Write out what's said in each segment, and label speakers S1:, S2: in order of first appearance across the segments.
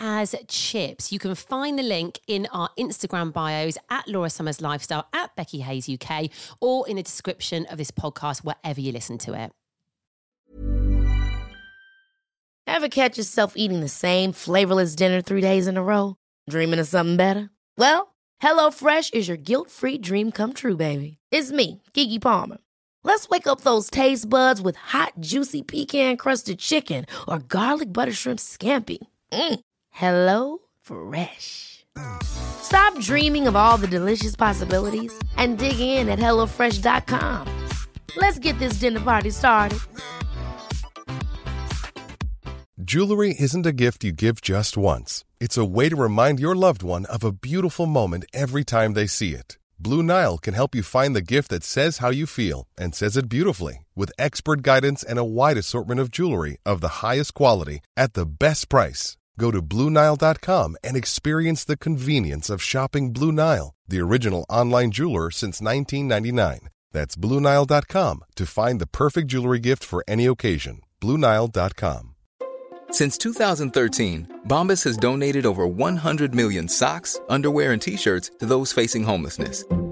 S1: as chips. You can find the link in our Instagram bios at Laura Summers Lifestyle, at Becky Hayes UK, or in the description of this podcast, wherever you listen to it.
S2: Ever catch yourself eating the same flavorless dinner three days in a row? Dreaming of something better? Well, HelloFresh is your guilt free dream come true, baby. It's me, Kiki Palmer. Let's wake up those taste buds with hot, juicy pecan crusted chicken or garlic butter shrimp scampi. Mm. Hello Fresh. Stop dreaming of all the delicious possibilities and dig in at HelloFresh.com. Let's get this dinner party started.
S3: Jewelry isn't a gift you give just once. It's a way to remind your loved one of a beautiful moment every time they see it. Blue Nile can help you find the gift that says how you feel and says it beautifully with expert guidance and a wide assortment of jewelry of the highest quality at the best price. Go to BlueNile.com and experience the convenience of shopping Blue Nile, the original online jeweler since 1999. That's BlueNile.com to find the perfect jewelry gift for any occasion. BlueNile.com.
S4: Since 2013, Bombas has donated over 100 million socks, underwear, and t shirts to those facing homelessness.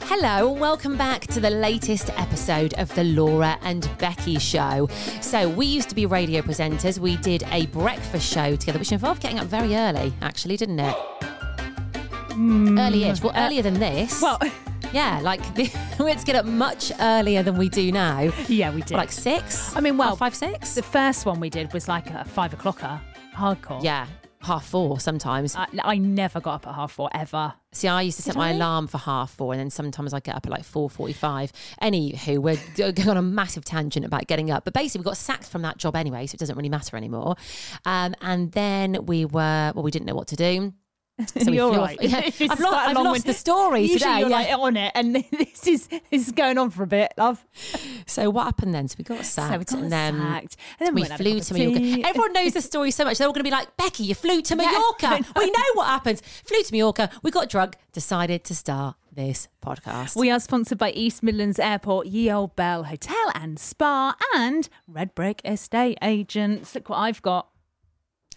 S1: Hello, and welcome back to the latest episode of the Laura and Becky show. So, we used to be radio presenters. We did a breakfast show together, which involved getting up very early, actually, didn't it? Early ish. Well, earlier than this.
S5: Hmm. Uh, Well,
S1: yeah, like the, we had to get up much earlier than we do now.
S5: yeah, we did. Oh,
S1: Like six?
S5: I mean, Um, well,
S1: Half five, six?
S5: the first one we did was like a five o'clocker, hardcore.
S1: yeah, half four sometimes.
S5: I, I never got up at half four ever.
S1: See, I used to set my alarm for half four, and then sometimes I get up at like four forty-five. Anywho, we're d- going on a massive tangent about getting up, but basically we got sacked from that job anyway, so it doesn't really matter anymore. Um, and then we were well, we didn't know what to do. So we
S5: You're
S1: flew
S5: right.
S1: off- Yeah,
S5: This is
S1: I've,
S5: quite
S1: lo-
S5: a
S1: I've
S5: long
S1: lost
S5: wind.
S1: the story
S5: Usually
S1: today.
S5: You're
S1: yeah.
S5: like oh. on it, and this is this is going on for a bit, love.
S1: So what happened then? So we got sacked,
S5: got
S1: and then,
S5: sacked. And then we
S1: we,
S5: went and had
S1: flew
S5: a
S1: to
S5: cup of
S1: Mallorca.
S5: tea.
S1: Everyone knows the story so much; they're all going to be like, "Becky, you flew to
S5: I
S1: Mallorca."
S5: know.
S1: we know what happens. Flew to Mallorca. We got drug. Decided to start this podcast.
S5: We are sponsored by East Midlands Airport, Ye Old Bell Hotel and Spa, and Red Brick Estate Agents. Look what I've got.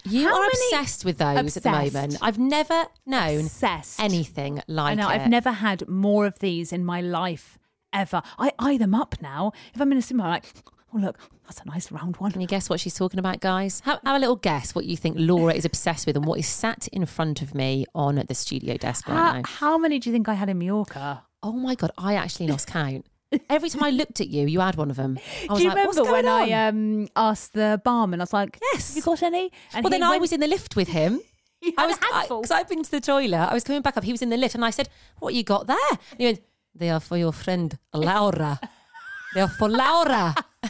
S1: You
S5: How
S1: are
S5: many-
S1: obsessed with those at
S5: Obsessed.
S1: the moment. I've never known
S5: Obsessed.
S1: anything like
S5: I know
S1: it.
S5: I've never had more of these in my life ever. I eye them up now. If I'm in a cinema, I'm like, oh look, that's a nice round one.
S1: Can you guess what she's talking about, guys? Have, have a little guess what you think Laura is obsessed with and what is sat in front of me on the studio desk right
S5: How,
S1: now.
S5: how many do you think I had in Mallorca?
S1: Oh my God, I actually lost count. Every time I looked at you, you had one of them. I was
S5: do you
S1: like,
S5: remember
S1: What's
S5: when
S1: going on?
S5: I um, asked the barman? I was like,
S1: Yes.
S5: "Have you got any?" And
S1: well,
S5: he
S1: then I
S5: went-
S1: was in the lift with him.
S5: He
S1: I
S5: had
S1: was
S5: a handful.
S1: because I've been to the toilet. I was coming back up. He was in the lift, and I said, "What you got there?" And he went, "They are for your friend Laura. they are for Laura."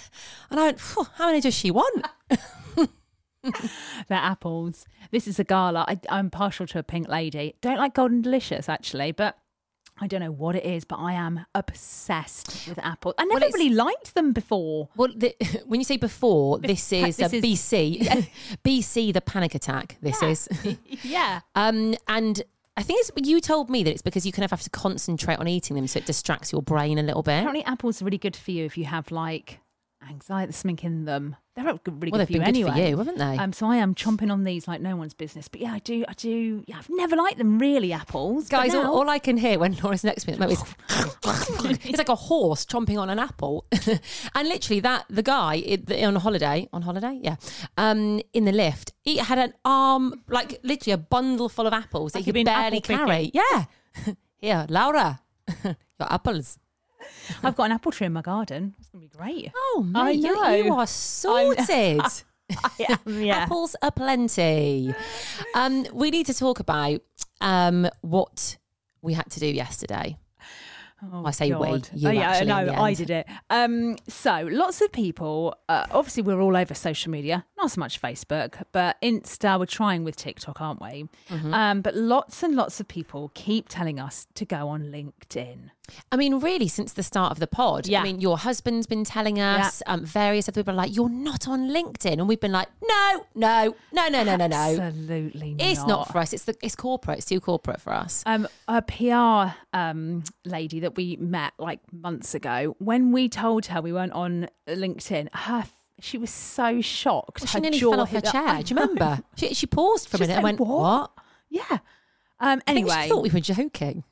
S1: And I went, "Phew, "How many does she want?"
S5: They're apples. This is a gala. I, I'm partial to a pink lady. Don't like golden delicious actually, but I don't know what it is. But I am obsessed with apples. I never
S1: it's-
S5: really liked them before.
S1: Well, the, when you say before, this
S5: pa-
S1: is, uh,
S5: this is-
S1: BC, BC, the panic attack. This is,
S5: Yeah.
S1: um, and I think it's you told me that it's because you kind of have to concentrate on eating them, so it distracts your brain a little bit.
S5: Apparently, apples are really good for you if you have like anxiety, something in them. They're not good- really
S1: Well,
S5: good
S1: they've
S5: for
S1: been
S5: you
S1: good
S5: anyway.
S1: for you, haven't they?
S5: Um, so I am chomping on these like no one's business. But yeah, I do, I do. Yeah, I've never liked them really. Apples, but
S1: Guys, all,
S5: now-
S1: all I can hear when Laura's next to me at the moment is it's like a horse chomping on an apple, and literally that the guy it, the, on holiday on holiday, yeah, um, in the lift, he had an arm like literally a bundle full of apples that
S5: Like
S1: he could
S5: he'd been
S1: barely
S5: apple
S1: carry. Yeah, here, Laura, your apples.
S5: I've got an apple tree in my garden. It's going to be great.
S1: Oh, mate,
S5: I
S1: you-
S5: know.
S1: You, are
S5: I'm-
S1: sorted.
S5: I am, yeah.
S1: Apples are plenty. Um, we need to talk about um, what we had to do yesterday.
S5: Oh,
S1: I say we,
S5: God.
S1: you
S5: oh, yeah,
S1: actually in
S5: no,
S1: the
S5: I
S1: end.
S5: did it. Um, so lots of people. Uh, obviously, we're all over social media. Not so much Facebook, but Insta. We're trying with TikTok, aren't we?
S1: Mm-hmm.
S5: Um, but lots and lots of people keep telling us to go on LinkedIn.
S1: I mean, really, since the start of the pod.
S5: Yeah.
S1: I mean, your husband's been telling us, um, various other people are like, you're not on LinkedIn. And we've been like, no, no, no, no, no, no, no.
S5: Absolutely,
S1: It's not for us. It's the it's corporate. It's too corporate for us.
S5: Um, a PR um, lady that we met like months ago, when we told her we weren't on LinkedIn, her she was so shocked.
S1: Well,
S5: her
S1: she nearly
S5: jaw
S1: fell off her
S5: hit the-
S1: chair. Do you
S5: I know.
S1: remember? She, she paused for a
S5: She's
S1: minute and went,
S5: like, "What?"
S1: what?
S5: Yeah. Um,
S1: I think
S5: anyway,
S1: she thought we were joking.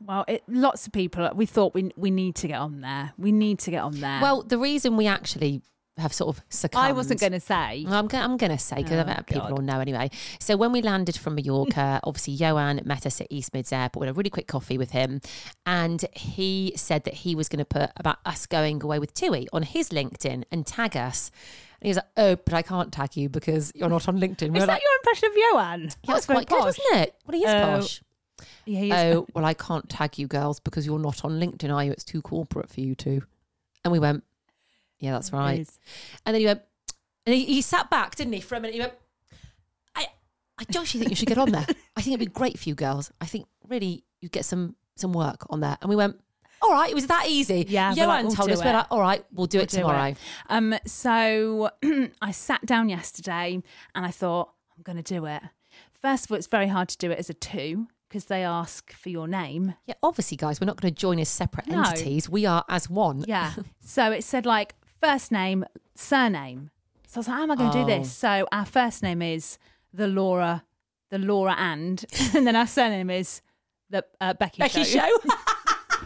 S5: well, it, lots of people. We thought we we need to get on there. We need to get on there.
S1: Well, the reason we actually have sort of succumbed.
S5: I wasn't going to say.
S1: Well, I'm, go- I'm going to say because
S5: Oh,
S1: I bet people
S5: God.
S1: all know anyway. So when we landed from Mallorca, obviously Johan met us at East Mids Airport. We had a really quick coffee with him, and he said that he was going to put about us going away with Tui on his LinkedIn and tag us. And he was like, "Oh, but I can't tag you because you're not on LinkedIn." We
S5: Is
S1: were
S5: that
S1: like,
S5: your impression of Johan?
S1: "Yeah, that's quite good, wasn't it? Well, he is
S5: Oh,
S1: posh.
S5: Yeah, he is.
S1: Oh, well, I can't tag you girls because you're not on LinkedIn, are you? It's too corporate for you two. And we went, yeah, that's right.
S5: is.
S1: And then he went, and he, he sat back, didn't he, for a minute? He went, I, I don't actually think you should get on there. I think it'd be great for you girls. I think really you get some some work on there. And we went, all right, it was that easy.
S5: Yeah, we're
S1: Johan
S5: like, we'll
S1: told
S5: do
S1: us,
S5: it.
S1: we're like, all right, we'll do it
S5: We'll do
S1: tomorrow.
S5: Um, so I sat down yesterday and I thought, I'm going to do it. First of all, it's very hard to do it as a two because they ask for your name.
S1: Yeah, obviously, guys, we're not going to join as separate
S5: No.
S1: entities. We are as one.
S5: Yeah. so it said like first name, surname. So I was like, how am I going to do this?
S1: Oh.
S5: So our first name is the Laura, the Laura and, and then our surname is the uh, Becky,
S1: Becky
S5: Show.
S1: Show.
S5: But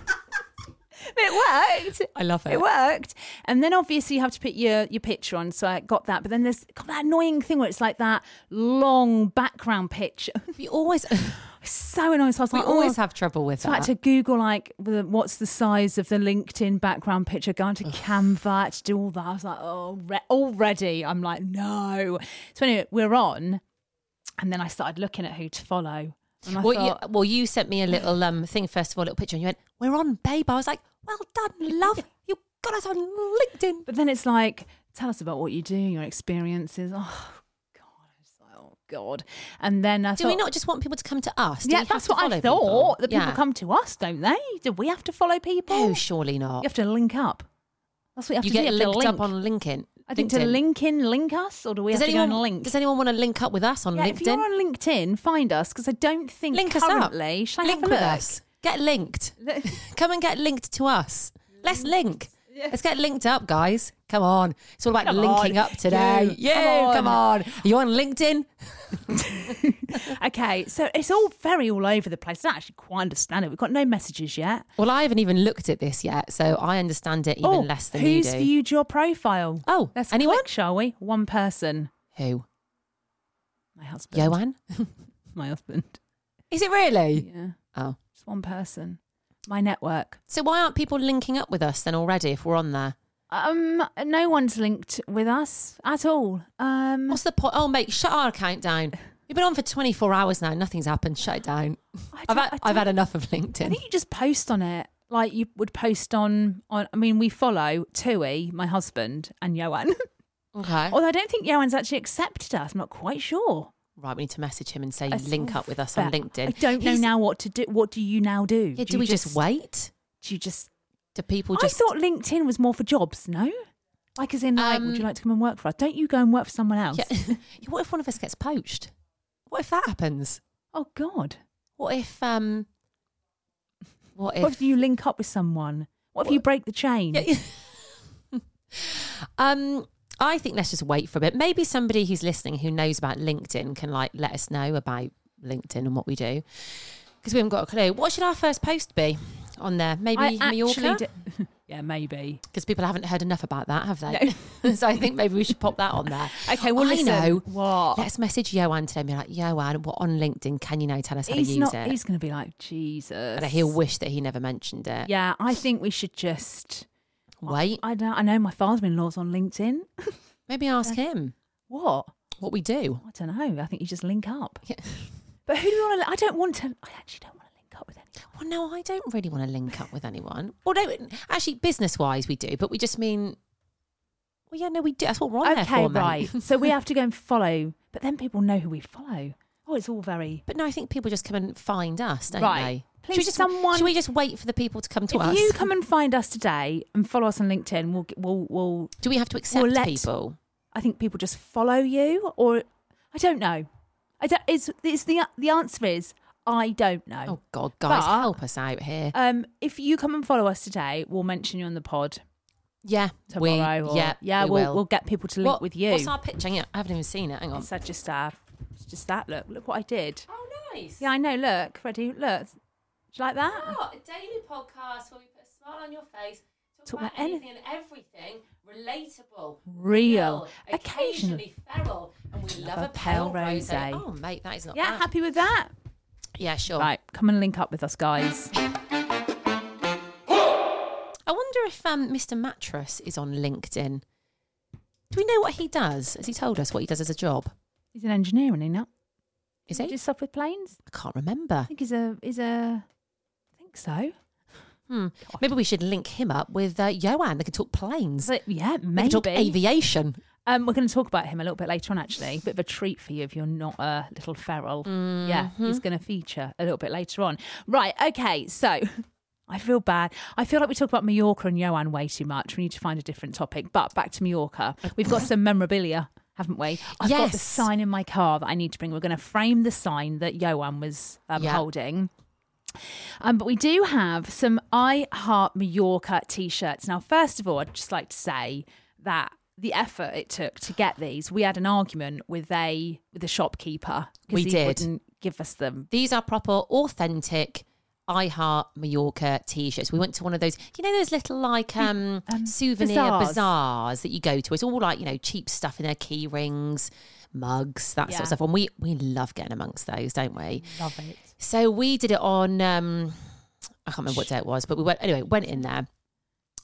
S5: it worked.
S1: I love it.
S5: It worked. And then obviously you have to put your, your picture on. So I got that. But then there's got that annoying thing where it's like that long background picture.
S1: We always,
S5: so annoying. So I was
S1: we
S5: like,
S1: always
S5: oh.
S1: have trouble with
S5: So I
S1: that.
S5: had to Google like the, what's the size of the LinkedIn background picture. Going to Canva I had to do all that. I was like, oh, re- already. I'm like, no. So anyway, we're on, and then I started looking at who to follow. And I
S1: Well,
S5: thought,
S1: you, well, you sent me a little um thing first of all, a little picture, and you went, "We're on, babe." I was like, "Well done, love. You got us on LinkedIn."
S5: But then it's like, tell us about what you do, your experiences. Oh God, I was like, oh God. And then I
S1: Do
S5: thought,
S1: we not just want people to come to us? Do
S5: yeah,
S1: we have
S5: that's
S1: to
S5: what
S1: follow
S5: I thought. That people
S1: Yeah.
S5: come to us, don't they? Do we have to follow people?
S1: No, surely
S5: You
S1: not.
S5: have to link up. That's what you have
S1: You
S5: to
S1: get
S5: do. you have
S1: linked
S5: to
S1: up
S5: link.
S1: on LinkedIn.
S5: I think to
S1: LinkedIn.
S5: link in, link us, or do we
S1: Does
S5: have
S1: anyone
S5: to go and link?
S1: Does anyone want to link up with us on
S5: yeah, if you're
S1: LinkedIn?
S5: on LinkedIn, find us because I don't think
S1: Link us up.
S5: currently. Shall I
S1: link
S5: have a
S1: with
S5: look?
S1: us. Get linked.
S5: Look-
S1: Come and get linked to us. Let's
S5: Mm.
S1: link. Let's get linked up, guys. Come on. It's all about
S5: Come
S1: linking
S5: on.
S1: up today.
S5: You.
S1: You,
S5: Come
S1: come on. Are you on LinkedIn?
S5: okay, so it's all very all over the place. I don't actually quite understand it. We've got no messages yet.
S1: Well, I haven't even looked at this yet, so I understand it even
S5: oh,
S1: less than you
S5: who's
S1: do.
S5: viewed your profile?
S1: Oh,
S5: let's
S1: anyone?
S5: click, shall we? One person.
S1: Who?
S5: My husband.
S1: Joanne?
S5: My husband.
S1: Is it really?
S5: Yeah,
S1: Oh.
S5: just one person. My network.
S1: So why aren't people linking up with us then already if we're on there?
S5: Um, no one's linked with us at all. Um,
S1: What's the point? Oh, mate, shut our account down. We've been on for 24 hours now. Nothing's happened. Shut it down.
S5: I
S1: I've
S5: don't-
S1: had,
S5: I
S1: I've had
S5: don't-
S1: enough of
S5: I
S1: LinkedIn.
S5: think you just post on it. Like you would post on on. I mean, we follow Tui, my husband, and Johan.
S1: Okay.
S5: Although I don't think Johan's actually accepted us. I'm not quite sure.
S1: Right, we need to message him and say
S5: That's
S1: link up with us on
S5: unfair.
S1: LinkedIn.
S5: I don't know
S1: He's-
S5: now what to do. What do you now do?
S1: Yeah, do,
S5: you
S1: we just, wait?
S5: Do you just
S1: Do people
S5: I
S1: just
S5: thought LinkedIn was more for jobs, no? Like, as in, like, would you
S1: Um,
S5: like to come and work for us? Don't you go and work for someone else?
S1: Yeah. what if one of us gets poached? What if that happens?
S5: Oh God!
S1: What if um what if
S5: What if you link up with someone? What if you break the chain?
S1: Yeah, yeah. um, I think let's just wait for a bit. Maybe somebody who's listening who knows about LinkedIn can like let us know about LinkedIn and what we do because we haven't got a clue. What should our first post be on there? Maybe
S5: I actually
S1: Mallorca.
S5: di- Yeah, maybe.
S1: because people haven't heard enough about that, have they? so I think maybe we should pop that on there.
S5: Okay, well,
S1: I
S5: listen,
S1: know.
S5: what?
S1: Let's message Joanne today and be like, Joanne, what on LinkedIn can you now tell us how to
S5: He's
S1: use
S5: not.
S1: it?
S5: He's going to be like Jesus.
S1: And he'll wish that he never mentioned it.
S5: Yeah, I think we should just
S1: Wait,
S5: I know. I know my father-in-law's on LinkedIn.
S1: maybe ask him
S5: What?
S1: what we do.
S5: I don't know. I think you just link up.
S1: Yeah.
S5: But who do you want to? I don't want to. I actually don't want to link up with anyone.
S1: Well, no, I don't really want to link up with anyone. Well, no, actually, business wise, we do, but we just mean, well, yeah, no, we do. That's what we're on there
S5: okay,
S1: for, mate.
S5: right. so we have to go and follow, but then people know who we follow. Oh, it's all very.
S1: But no, I think people just come and find us, don't
S5: Right.
S1: they?
S5: Please,
S1: should we just,
S5: someone-
S1: Should we just wait for the people to come to
S5: if
S1: us?
S5: you come and find us today and follow us on LinkedIn, we'll we'll, we'll
S1: do we have to accept
S5: let-
S1: people?
S5: I think people just follow you, or I don't know. I don't. Is is the the answer is I don't know.
S1: Oh God, guys,
S5: But-
S1: help us out here.
S5: Um, if you come and follow us today, we'll mention you on the pod
S1: yeah, we,
S5: tomorrow. or,
S1: yeah,
S5: yeah.
S1: we
S5: we'll
S1: will.
S5: we'll get people to link
S1: What-
S5: with you.
S1: What's our picture? Hang on, I haven't even seen it. Hang on.
S5: It's uh, just uh, it's just that look. Look what I did.
S1: Oh, nice.
S5: Yeah, I know. Look, ready. Look, do you like that?
S1: a daily podcast where we put a smile on your face,
S5: Talk about about anything
S1: and everything, relatable,
S5: Real. real, occasionally
S1: feral, and we
S5: love love a a pale pale rosé. rosé.
S1: Oh, mate, that is not
S5: yeah,
S1: bad.
S5: happy with that.
S1: Yeah, sure.
S5: Right, come and link up with us, guys.
S1: I wonder if um, Mr. Mattress is on LinkedIn. Do we know what he does? Has he told us what he does as a job?
S5: He's an engineer, isn't he? Now,
S1: Is he?
S5: Just stuff with planes.
S1: I can't remember.
S5: I think he's a he's a. I think so.
S1: Hmm. Maybe we should link him up with uh, Joanne. They could talk planes.
S5: So, yeah,
S1: They
S5: maybe.
S1: could talk aviation.
S5: um, we're going to talk about him a little bit later on, actually. Bit of a treat for you if you're not a little feral. Yeah,
S1: Mm-hmm.
S5: he's going to feature a little bit later on. Right, okay, so I feel bad. I feel like we talk about Mallorca and Joanne way too much. We need to find a different topic. But back to Mallorca. We've got some memorabilia, haven't we? I've got the
S1: Yes.
S5: sign in my car that I need to bring. We're going to frame the sign that Joanne was um,
S1: Yeah.
S5: holding. Um, but we do have some I Heart Mallorca t shirts. Now, first of all, I'd just like to say that the effort it took to get these, we had an argument with a with a shopkeeper. 'cause
S1: We
S5: he
S1: did.
S5: Wouldn't give us them.
S1: These are proper, authentic I Heart Mallorca t-shirts. We went to one of those, you know, those little like um, souvenir
S5: bazaars.
S1: bazaars. that you go to. It's all like you know, cheap stuff in their key rings, mugs, that sort
S5: Yeah.
S1: of stuff. And we we love getting amongst those, don't we?
S5: Love it.
S1: So we did it on. Um, I can't remember what day it was, but we went anyway. Went in there.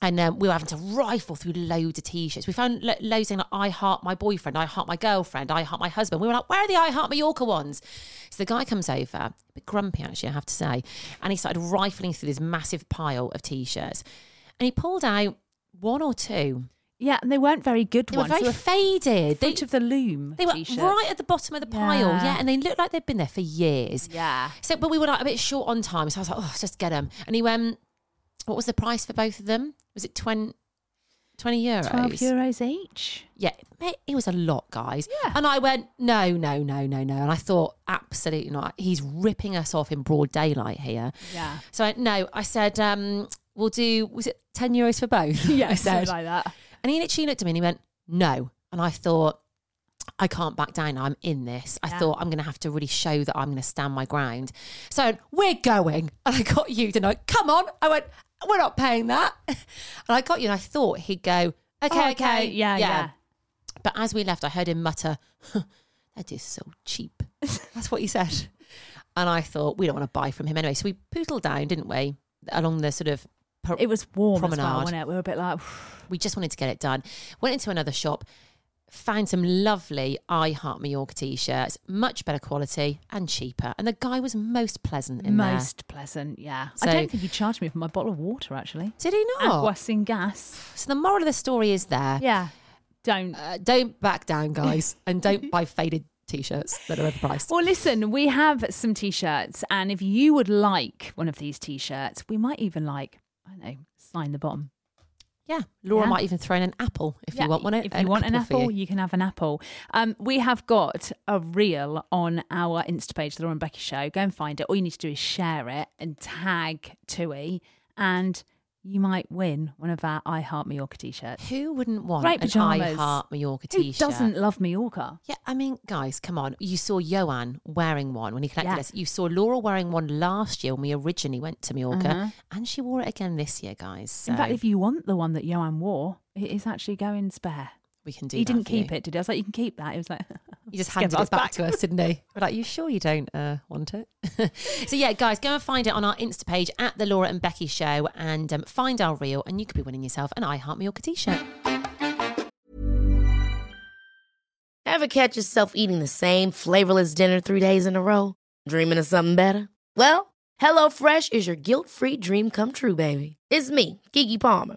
S1: And um, we were having to rifle through loads of t-shirts. We found lo- loads saying like "I heart my boyfriend," "I heart my girlfriend," "I heart my husband." We were like, "Where are the "I heart Mallorca" ones? So the guy comes over, a bit grumpy actually, I have to say, and he started rifling through this massive pile of t-shirts, and he pulled out one or two.
S5: Yeah, and they weren't very good
S1: They
S5: ones.
S1: were very
S5: they were
S1: faded. They,
S5: fruit of the loom.
S1: they were
S5: t-shirts.
S1: right at the bottom of the pile,
S5: Yeah.
S1: yeah, and they looked like they'd been there for years.
S5: Yeah.
S1: So, but we were like a bit short on time. So I was like, oh, let's just get them. And he went, what was the price for both of them? Was it 20, 20 euros?
S5: Twelve euros each.
S1: Yeah. Mate, it was a lot, guys.
S5: Yeah.
S1: And I went, no, no, no, no, no. And I thought, absolutely not. He's ripping us off in broad daylight here.
S5: Yeah.
S1: So I, no, I said, um, we'll do, was it 10 euros for both? Yeah, I said.
S5: Something like that.
S1: And he literally looked at me and he went, No. And I thought, I can't back down. now. I'm in this. I
S5: Yeah.
S1: thought I'm going to have to really show that I'm going to stand my ground. So I went, we're going. And I got you tonight. Come on. I went, we're not paying that. And I got you. And I thought he'd go, okay,
S5: Oh,
S1: okay.
S5: Yeah, yeah.
S1: But as we left, I heard him mutter, "Huh, that is so cheap. That's what he said. And I thought, we don't want to buy from him anyway. So we poodled down, didn't we? Along the sort of. per-
S5: It was warm as well,
S1: Promenade.
S5: wasn't it? We were a bit like,
S1: we just wanted to get it done. Went into another shop, found some lovely I Heart Mallorca t-shirts, much better quality and cheaper. And the guy was most pleasant in there.
S5: most pleasant. Yeah.
S1: So- Oh.
S5: I don't think he charged me for my bottle of water actually.
S1: Did he not?
S5: Aqua sin gas.
S1: So the moral of the story is there.
S5: Yeah. Don't.
S1: Uh, don't back down, guys, and don't buy faded t-shirts that are overpriced.
S5: well, listen, we have some t shirts, and if you would like one of these t shirts, we might even like, I don't know, sign the bottom.
S1: yeah, Laura
S5: Yeah.
S1: might even throw in an apple if
S5: Yeah,
S1: you want one.
S5: If you want an
S1: for
S5: apple,
S1: you.
S5: you. can have an apple. Um, we have got a reel on our Insta page, The Laura and Becky Show. Go and find it. All you need to do is share it and tag Tui and you might win one of our I Heart Majorca t-shirts.
S1: Who wouldn't want
S5: Right,
S1: an I
S5: pyjamas.
S1: Heart Mallorca
S5: Who
S1: t-shirt?
S5: doesn't love Majorca?
S1: Yeah, I mean, guys, come on. You saw Johan wearing one when he collected
S5: Yeah.
S1: us. You saw Laura wearing one last year when we originally went to Mallorca, and she wore it again this year, guys. So
S5: Mm-hmm. In fact, if you want the one that Johan wore, it is actually going spare.
S1: we can do.
S5: he
S1: that
S5: didn't
S1: for you.
S5: keep it, did he? I was like, you can keep that. He was like,
S1: He just
S5: give
S1: handed
S5: us
S1: it back, to us, didn't he? We're like, you sure you don't uh, want it? so yeah, guys, go and find it on our Insta page at the Laura and Becky Show, and um, find our reel, and you could be winning yourself an I Heart Mallorca t-shirt.
S2: Ever catch yourself eating the same flavorless dinner three days in a row? Dreaming of something better? Well, HelloFresh is your guilt free dream come true, baby. It's me, Kiki Palmer.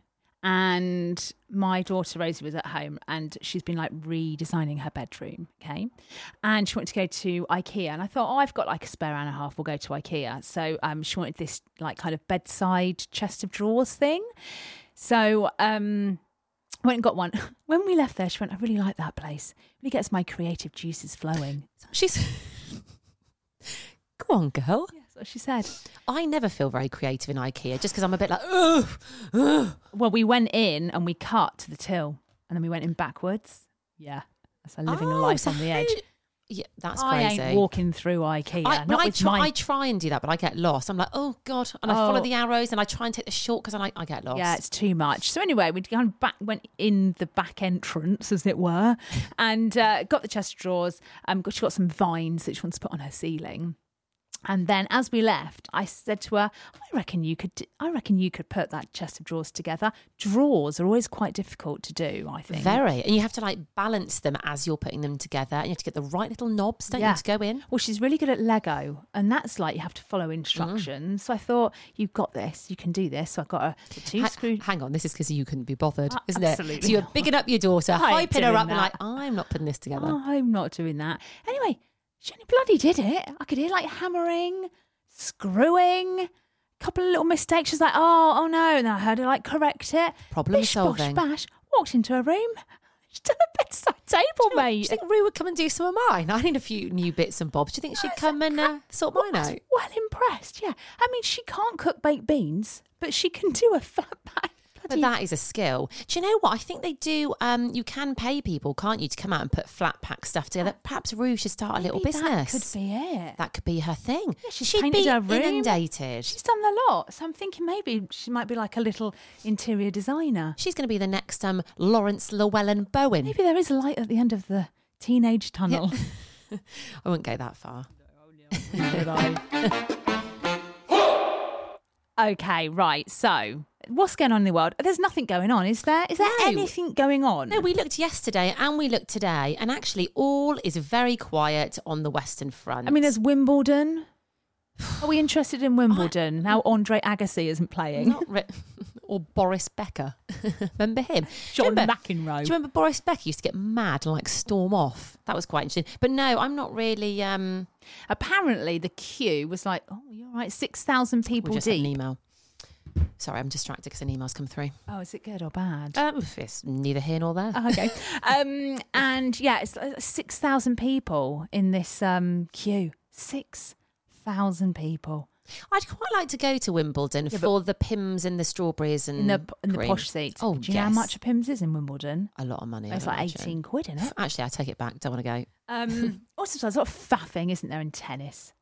S5: and my daughter Rosie was at home and she's been like redesigning her bedroom. Okay. And she wanted to go to IKEA. And I thought, oh, I've got like a spare hour and a half, we'll go to IKEA. So um, she wanted this like kind of bedside chest of drawers thing. So um, went and got one. When we left there, she went, I really like that place. It really gets my creative juices flowing.
S1: She's. Go on, girl.
S5: That's what she said.
S1: I never feel very creative in IKEA just because I'm a bit like, ugh, ugh.
S5: Well, we went in and we cut to the till, and then we went in backwards. Yeah, that's like living a
S1: Oh,
S5: life
S1: so
S5: on the
S1: how
S5: edge.
S1: do- Yeah, that's
S5: I
S1: crazy.
S5: ain't walking through IKEA.
S1: I, when
S5: not
S1: I,
S5: with
S1: try,
S5: my-
S1: I try and do that, but I get lost. I'm like, oh god, and I
S5: Oh.
S1: follow the arrows and I try and take the short because I like I get lost.
S5: Yeah, it's too much. So anyway, we kind of back went in the back entrance, as it were, and uh, got the chest of drawers. Um, got, she got some vines that she wants to put on her ceiling. And then, as we left, I said to her, "I reckon you could. d- I reckon you could put that chest of drawers together. Drawers are always quite difficult to do. I think
S1: very, and you have to like balance them as you're putting them together, and you have to get the right little knobs, don't you, to go in.
S5: Well, she's really good at Lego, and that's like you have to follow instructions.
S1: Mm.
S5: So I thought, you've got this, you can do this. So I got a the two
S1: Ha-
S5: screw.
S1: hang on, this is because you couldn't be bothered,
S5: Uh,
S1: isn't it?
S5: absolutely
S1: So you're
S5: not.
S1: bigging up your daughter,
S5: I ain't
S1: hyping her
S5: doing
S1: up, and like,
S5: that.
S1: I'm not putting this together.
S5: Oh, I'm not doing that. Anyway, she only bloody did it. I could hear like hammering, screwing, a couple of little mistakes. She's like, oh, oh no. And then I heard her like correct it.
S1: Problem
S5: Bish,
S1: solving.
S5: Bosh, bash, walked into her room. She's done a bedside table,
S1: Do you
S5: mate.
S1: think Rue would come and do some of mine? I need a few new bits and bobs. Do you think she'd come and uh, sort mine
S5: was
S1: out?
S5: Well impressed, yeah. I mean, she can't cook baked beans, but she can do a fat pack.
S1: But that is a skill. Do you know what? I think they do. Um, you can pay people, can't you, to come out and put flat pack stuff together? Perhaps Rue should start a little
S5: That
S1: business.
S5: could be it.
S1: That could be her thing.
S5: Yeah, she's
S1: She'd
S5: painted
S1: be
S5: her room.
S1: inundated.
S5: She's done a lot, so I'm thinking maybe she might be like a little interior designer.
S1: She's going to be the next um, Lawrence Llewellyn Bowen.
S5: Maybe there is a light at the end of the teenage tunnel.
S1: I wouldn't go that far.
S5: okay, right. So, what's going on in the world? There's nothing going on, is there? Is there
S1: No.
S5: anything going on?
S1: No, we looked yesterday and we looked today, and actually, all is very quiet on the Western Front.
S5: I mean, there's Wimbledon. Are we interested in Wimbledon? now Andre Agassi isn't playing.
S1: Not ri- or Boris Becker. remember him? Do
S5: John
S1: you remember-
S5: McEnroe.
S1: Do you remember Boris Becker used to get mad and like storm off? That was quite interesting. But no, I'm not really. Um,
S5: Apparently, the queue was like, oh, you're right, 6,000
S1: we
S5: people
S1: just had an
S5: deep.
S1: email. Sorry, I'm distracted because an email's come through.
S5: Oh, is it good or bad?
S1: Um, it's neither here nor there.
S5: Oh, okay. um, and yeah, it's uh, 6,000 people in this um, queue. 6,000 people
S1: I'd quite like to go to Wimbledon
S5: Yeah, but-
S1: for the pims and the strawberries and
S5: in the, in the
S1: cream.
S5: posh seats.
S1: Mm, Oh,
S5: Do you know how
S1: yes.
S5: much a Pims is in Wimbledon?
S1: A lot of money.
S5: It's
S1: I'd
S5: like
S1: imagine.
S5: 18 quid, isn't it?
S1: Actually, I take it back. Don't want to go.
S5: Um, also, there's a lot of faffing, isn't there, in tennis?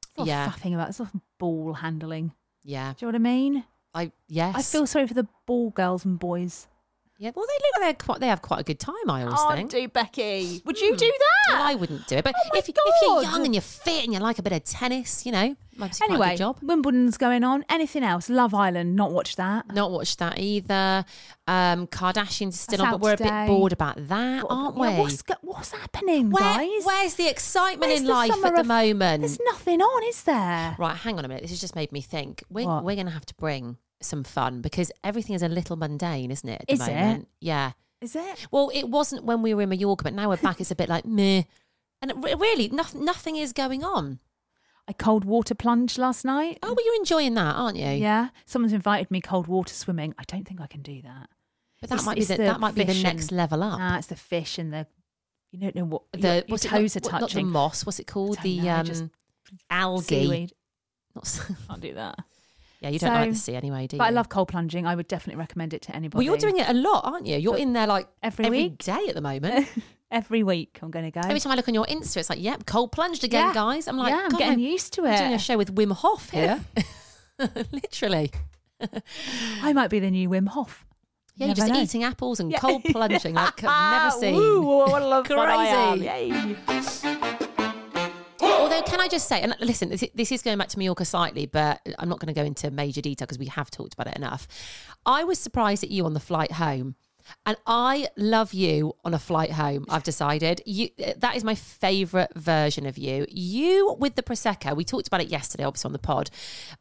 S5: There's a lot
S1: Yeah.
S5: of faffing about, there's a lot of ball handling.
S1: Yeah,
S5: Do you know what I mean?
S1: I yes.
S5: I feel sorry for the ball girls and boys.
S1: Yeah, well, they look like they're quite, they have quite a good time, I always
S5: Can't
S1: think.
S5: Oh, do, Becky. Would you
S1: Hmm.
S5: do
S1: Well, I
S5: that?
S1: wouldn't do it. But
S5: Oh my
S1: if, if you're
S5: God.
S1: young and you're fit and you like a bit of tennis, you know, might be quite a
S5: anyway,
S1: good job.
S5: Wimbledon's going on. Anything else? Love Island. Not watch that.
S1: Not watched that either. Um, Kardashian's still
S5: That's
S1: on, but
S5: out
S1: we're a
S5: today.
S1: bit bored about that,
S5: What-
S1: aren't
S5: yeah,
S1: we?
S5: what's, go- what's happening,
S1: Where-
S5: guys?
S1: Where's the excitement
S5: Where's
S1: in
S5: the
S1: life
S5: summer
S1: at the
S5: of-
S1: moment?
S5: There's nothing on, is there?
S1: Right, hang on a minute. This has just made me think. We're,
S5: What?
S1: we're going to have to bring some fun because everything is a little mundane, isn't it? At the
S5: Is it?
S1: moment? Yeah.
S5: Is it?
S1: Well, it wasn't when we were in Mallorca, but now we're back. It's a bit like meh. And it re- really, nothing, nothing is going on.
S5: I cold water plunge last night.
S1: Oh, but you're enjoying that, aren't you?
S5: Mm. Yeah, someone's invited me cold water swimming. I don't think I can do that.
S1: But that
S5: It's-
S1: might be
S5: it's
S1: the, that might be the
S5: fish
S1: next
S5: and-
S1: level up.
S5: Nah, it's the fish and the you don't know what
S1: the
S5: your, your
S1: what's it-
S5: toes
S1: what-
S5: are touching.
S1: Not the moss. What's it called?
S5: I don't
S1: The
S5: know, just
S1: um, algae.
S5: Seaweed.
S1: Not s-
S5: Can't do that.
S1: yeah, you don't like the
S5: So-
S1: sea anyway, do you?
S5: But I love cold plunging. I would definitely recommend it to anybody.
S1: Well, you're doing it a lot, aren't you? You're
S5: But
S1: in there like
S5: every week.
S1: day at the moment.
S5: every week. I'm going to go.
S1: Every time I look on your Insta, it's like, yep, cold plunged again,
S5: Yeah.
S1: guys. I'm like,
S5: Yeah, I'm
S1: God,
S5: getting used to
S1: I'm doing
S5: it.
S1: a show with Wim Hof here. Literally.
S5: I might be the new Wim Hof.
S1: Yeah,
S5: Never
S1: you're just
S5: know.
S1: eating apples and
S5: Yeah.
S1: cold plunging like I've never seen.
S5: Woo, what a love
S1: Crazy.
S5: fun I am. Yay.
S1: Although, can I just say, and listen, this, this is going back to Mallorca slightly, but I'm not going to go into major detail because we have talked about it enough. I was surprised at you on the flight home. And I love you on a flight home. I've decided you that is my favorite version of you. You with the prosecco. We talked about it yesterday, obviously on the pod,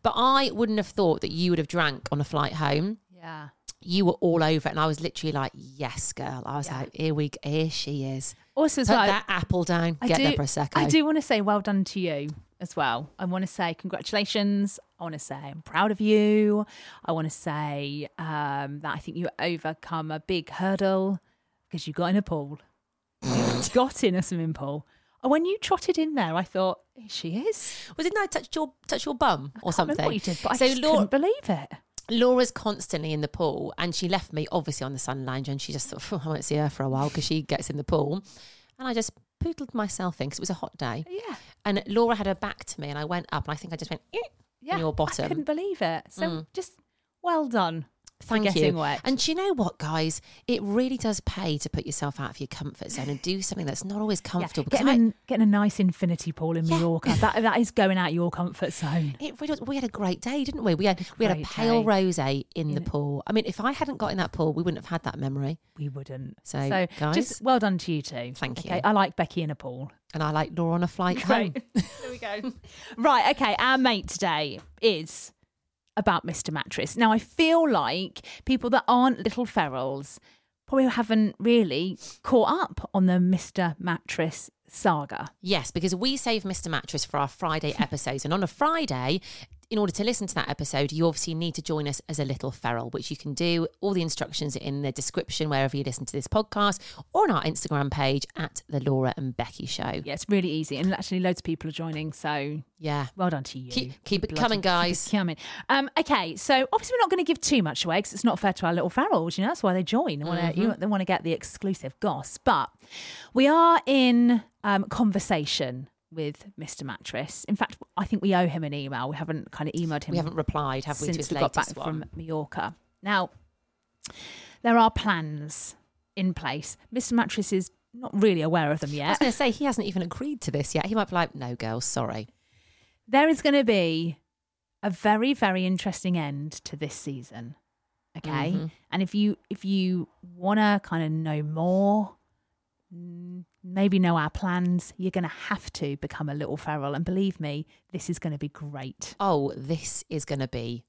S1: but I wouldn't have thought that you would have drank on a flight home.
S5: Yeah.
S1: You were all over it, and I was literally like, "Yes, girl." I was like, "Here we, here she is."
S5: Also, as
S1: Put
S5: well,
S1: that apple down.
S5: I
S1: get
S5: do,
S1: the prosecco.
S5: I do want to say well done to you as well. I want to say congratulations. I want to say I'm proud of you. I want to say um, that I think you overcome a big hurdle because you got in a pool. You got in a swimming pool. And when you trotted in there, I thought, here she is.
S1: Was it I touched your touch your bum
S5: I
S1: or
S5: can't remember
S1: something?
S5: what you did, but I
S1: so
S5: just
S1: Laura-
S5: couldn't believe it.
S1: Laura's constantly in the pool, and she left me obviously on the sun lounge, and she just thought "Phew, I won't see her for a while because she gets in the pool, and I just poodled myself in because it was a hot day,
S5: Yeah.
S1: and Laura had her back to me, and I went up, and I think I just went. "Eh."
S5: Yeah.
S1: your
S5: I
S1: bottom.
S5: couldn't believe it. So
S1: Mm.
S5: just well done.
S1: Thank
S5: getting
S1: you.
S5: wet.
S1: And do you know what, guys? It really does pay to put yourself out of your comfort zone and do something that's not always
S5: Yeah,
S1: comfortable. because
S5: Getting, a, getting a nice infinity pool in
S1: Yeah.
S5: Mallorca. That, that is going out your comfort zone.
S1: It really was, we had a great day, didn't we? We had we had a
S5: great
S1: pale
S5: day.
S1: rosé in the
S5: In-
S1: pool. I mean, if I hadn't got in that pool, we wouldn't have had that memory.
S5: we wouldn't.
S1: So, guys-
S5: just well done to you two.
S1: Thank
S5: Okay,
S1: you.
S5: I like Becky in a pool.
S1: And I like Laura on a flight home.
S5: Right. there we go. Right. Okay. Our mate today is about Mr. Mattress. Now, I feel like people that aren't little ferals probably haven't really caught up on the Mr. Mattress saga.
S1: Yes, because we save Mr. Mattress for our Friday episodes. and on a Friday, in order to listen to that episode, you obviously need to join us as a little feral, which you can do. All the instructions are in the description wherever you listen to this podcast or on our Instagram page at the Laura and Becky Show.
S5: Yeah, it's really easy, and actually, loads of people are joining. So
S1: Yeah.
S5: Well done to you.
S1: Keep- keep it
S5: bloody-
S1: coming, guys.
S5: Keep it coming. Um, okay, so obviously we're not going to give too much away because it's not fair to our little ferals. You know, that's why they join. They want to.
S1: Mm-hmm.
S5: They want to get the exclusive goss. But we are in um, conversation with Mr. Mattress. In fact, I think we owe him an email. We haven't kind of emailed him.
S1: We haven't replied, have we, to
S5: since
S1: his
S5: we got back
S1: latest one?
S5: from Mallorca. Now, there are plans in place. Mr. Mattress is not really aware of them
S1: I was
S5: yet.
S1: going to say, he hasn't even agreed to this yet. He might be like, no, girls, sorry.
S5: there is going to be a very very interesting end to this season okay
S1: Mhm.
S5: and if you if you want to kind of know more mm, maybe know our plans you're going to have to become a little feral and believe me this is going to be great
S1: oh, this is going to be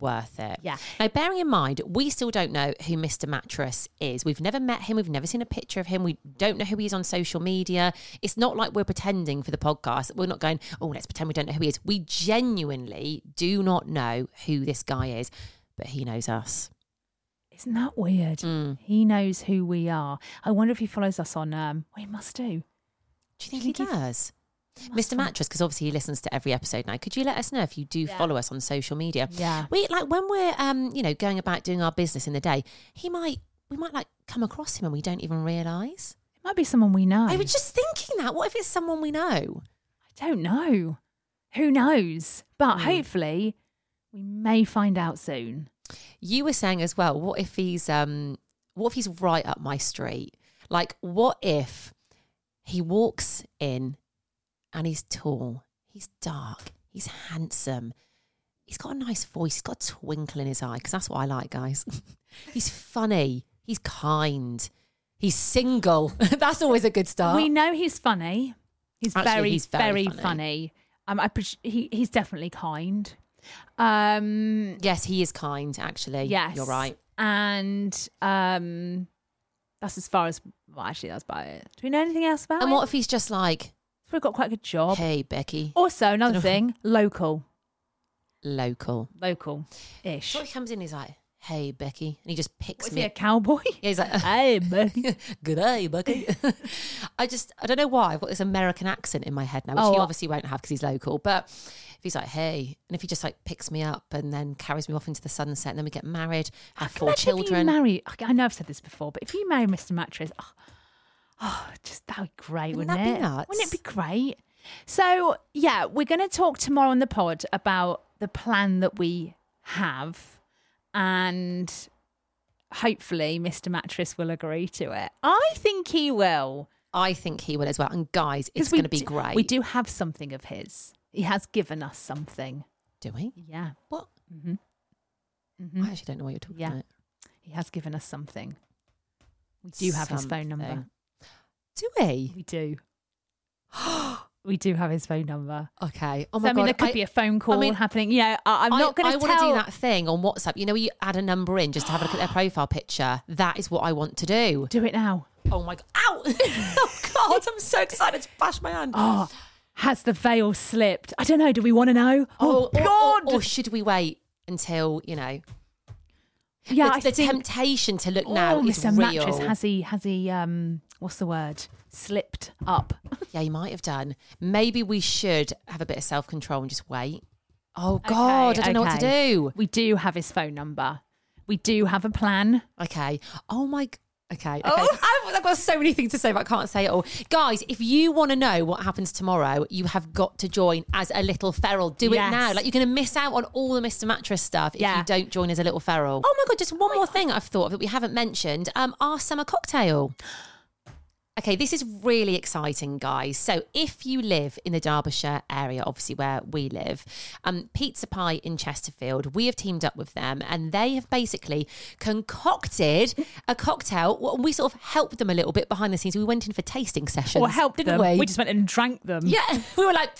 S1: worth it.
S5: Yeah.
S1: Now, bearing in mind, we still don't know who Mr. Mattress is. We've never met him. We've never seen a picture of him. We don't know who he is on social media. It's not like we're pretending for the podcast. We're not going, oh, let's pretend we don't know who he is. We genuinely do not know who this guy is, but he knows us.
S5: isn't that weird
S1: Mm.
S5: he knows who we are i wonder if he follows us on um we must do
S1: Do you think,
S5: Do you
S1: he
S5: think he-
S1: does?
S5: He must
S1: Mr.
S5: do.
S1: Mattress, because obviously he listens to every episode now. Could you let us know if you do
S5: Yeah.
S1: follow us on social media?
S5: yeah
S1: We like when we're um, you know, going about doing our business in the day, he might we might like come across him and we don't even realise.
S5: it might be someone we know
S1: I was just thinking that. What if it's someone we know?
S5: I don't know. Who knows? But
S1: Mm.
S5: hopefully, we may find out soon.
S1: You were saying as well, what if he's um what if he's right up my street? Like, what if he walks in and he's tall, he's dark, he's handsome, he's got a nice voice, he's got a twinkle in his eye, because that's what I like, guys. he's funny, he's kind, he's single. that's always a good start.
S5: We know he's funny. He's
S1: Actually,
S5: very,
S1: he's very
S5: very,
S1: funny.
S5: funny. Um, I pres- he he's definitely kind. Um,
S1: yes, he is kind, actually.
S5: yes,
S1: You're right.
S5: And um, that's as far as. Well, actually, that's about it. Do we know anything else about
S1: And
S5: him?
S1: what if he's just like,
S5: We've got quite a good job.
S1: hey, Becky,
S5: Also,
S1: Dunno.
S5: another thing, local,
S1: local?
S5: local ish.
S1: So he comes in, he's like, hey, Becky. And he just picks
S5: Is
S1: me
S5: he a cowboy?
S1: Yeah, he's like,
S5: Hey, buddy.
S1: Good day, Bucky. I just, I don't know why. I've got this American accent in my head now, which he
S5: Oh.
S1: obviously won't have because he's local. But if he's like, hey, and if he just like picks me up and then carries me off into the sunset and then we get married, have four
S5: Imagine
S1: children.
S5: If you marry, I know I've said this before, but if you marry Mr. Mattress, oh, oh, just that would be great,
S1: Wouldn't
S5: wouldn't,
S1: that be
S5: it?
S1: nuts?
S5: Wouldn't it be great? So yeah, we're going to talk tomorrow on the pod about the plan that we have, and hopefully Mr. Mattress will agree to it. I think he will.
S1: I think he will as well. And guys,
S5: 'cause
S1: it's
S5: we
S1: going to be
S5: do-
S1: great.
S5: We do have something of his. He has given us something.
S1: Do we?
S5: Yeah.
S1: What?
S5: hmm hmm
S1: I actually don't know what you're talking
S5: Yeah.
S1: about.
S5: He has given us something. We do have his phone number.
S1: Something. Do we?
S5: We do. we do have his phone number.
S1: Okay. Oh
S5: So,
S1: my
S5: I mean,
S1: God.
S5: there could
S1: I-
S5: be a phone call
S1: mean,
S5: happening. Yeah, I, I'm not going
S1: to
S5: to
S1: I want to
S5: tell.
S1: do that thing on WhatsApp. You know, where you add a number in just to have a look at their profile picture. That is what I want to do.
S5: Do it now.
S1: Oh my god! Ow! oh god! I'm so excited to bash my hand.
S5: Oh, has the veil slipped? I don't know. Do we want to know? Oh,
S1: or,
S5: God!
S1: Or, or should we wait until you know?
S5: yeah,
S1: the,
S5: I
S1: the
S5: think.
S1: temptation to look
S5: oh,
S1: now is
S5: Mr.
S1: real.
S5: Mattress has he has he um what's the word slipped up?
S1: yeah, you might have done. Maybe we should have a bit of self control and just wait. Oh god!
S5: Okay,
S1: I don't know what to
S5: okay.
S1: do.
S5: We do have his phone number. We do have a plan.
S1: Okay. Oh my. g- Okay. okay. I've, I've got so many things to say, but I can't say it all. Guys, if you want to know what happens tomorrow, you have got to join as a little feral. Do it
S5: Yes.
S1: now. Like you're going to miss out on all the Mr. Mattress stuff if
S5: Yeah.
S1: you don't join as a little feral. Oh my god! Just one more thing I've thought of that we haven't mentioned: um, our summer cocktail. Okay, this is really exciting, guys. So, if you live in the Derbyshire area, obviously where we live, um, Pizza Pie in Chesterfield, we have teamed up with them and they have basically concocted a cocktail. Well, We sort of helped them a little bit behind the scenes. We went in for tasting sessions.
S5: Or helped
S1: didn't
S5: them.
S1: we?
S5: just went and drank them.
S1: yeah, we were like,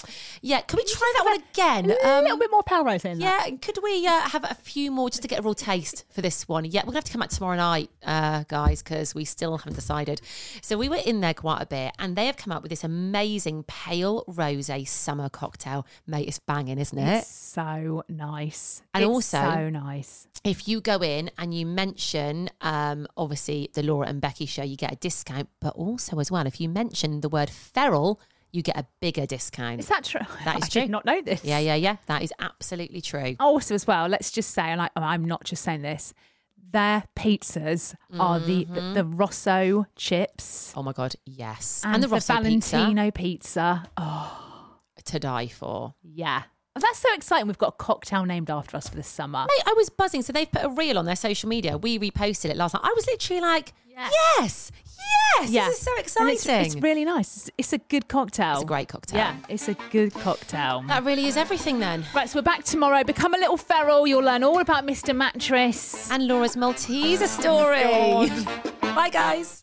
S1: yeah, can we try that one again?
S5: a
S1: Um,
S5: little bit more power rose in that.
S1: yeah, could we uh, have a few more just to get a real taste for this one? Yeah, we're gonna have to come back tomorrow night, uh, guys, because we still haven't decided. So we were in there quite a bit, and they have come up with this amazing pale rosé summer cocktail. Mate, it's banging, isn't it?
S5: It's so nice.
S1: And
S5: It's
S1: also-
S5: so nice.
S1: If you go in and you mention, um, obviously the Laura and Becky show, you get a discount, but also as well, if you mention the word feral, you get a bigger discount.
S5: Is that true?
S1: That is
S5: I
S1: true.
S5: did not know this.
S1: yeah, yeah, yeah. That is absolutely true.
S5: Also, as well, let's just say, and I, oh, I'm not just saying this, their pizzas are the, the
S1: Mm-hmm.
S5: the Rosso chips
S1: Oh my god, yes.
S5: and, the,
S1: Rosso pizza
S5: Valentino pizza. Oh,
S1: to die for.
S5: yeah. Oh, That's so exciting. We've got a cocktail named after us for the summer.
S1: Mate, I was buzzing. So they've put a reel on their social media. We reposted it last night. I was literally like, yes, yes,
S5: Yeah.
S1: this is so
S5: And
S1: exciting.
S5: it's, it's really nice. It's, it's a good cocktail.
S1: It's a great cocktail.
S5: Yeah, it's a good cocktail.
S1: That really is everything then.
S5: Right, so we're back tomorrow. Become a little feral. You'll learn all about Mr. Mattress.
S1: And Laura's Malteser story. Bye, guys.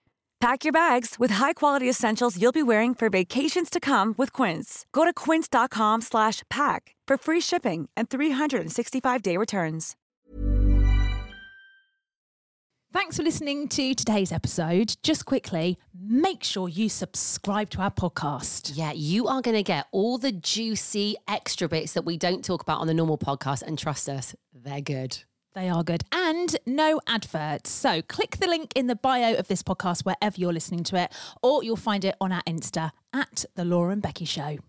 S6: Pack your bags with high-quality essentials you'll be wearing for vacations to come with Quince. Go to quince.com slash pack for free shipping and 365-day returns.
S5: Thanks for listening to today's episode. Just quickly, make sure you subscribe to our podcast.
S1: Yeah, you are going to get all the juicy extra bits that we don't talk about on the normal podcast. And trust us, they're good.
S5: They are good. And no adverts. So click the link in the bio of this podcast wherever you're listening to it, or you'll find it on our Insta at The Laura and Becky Show.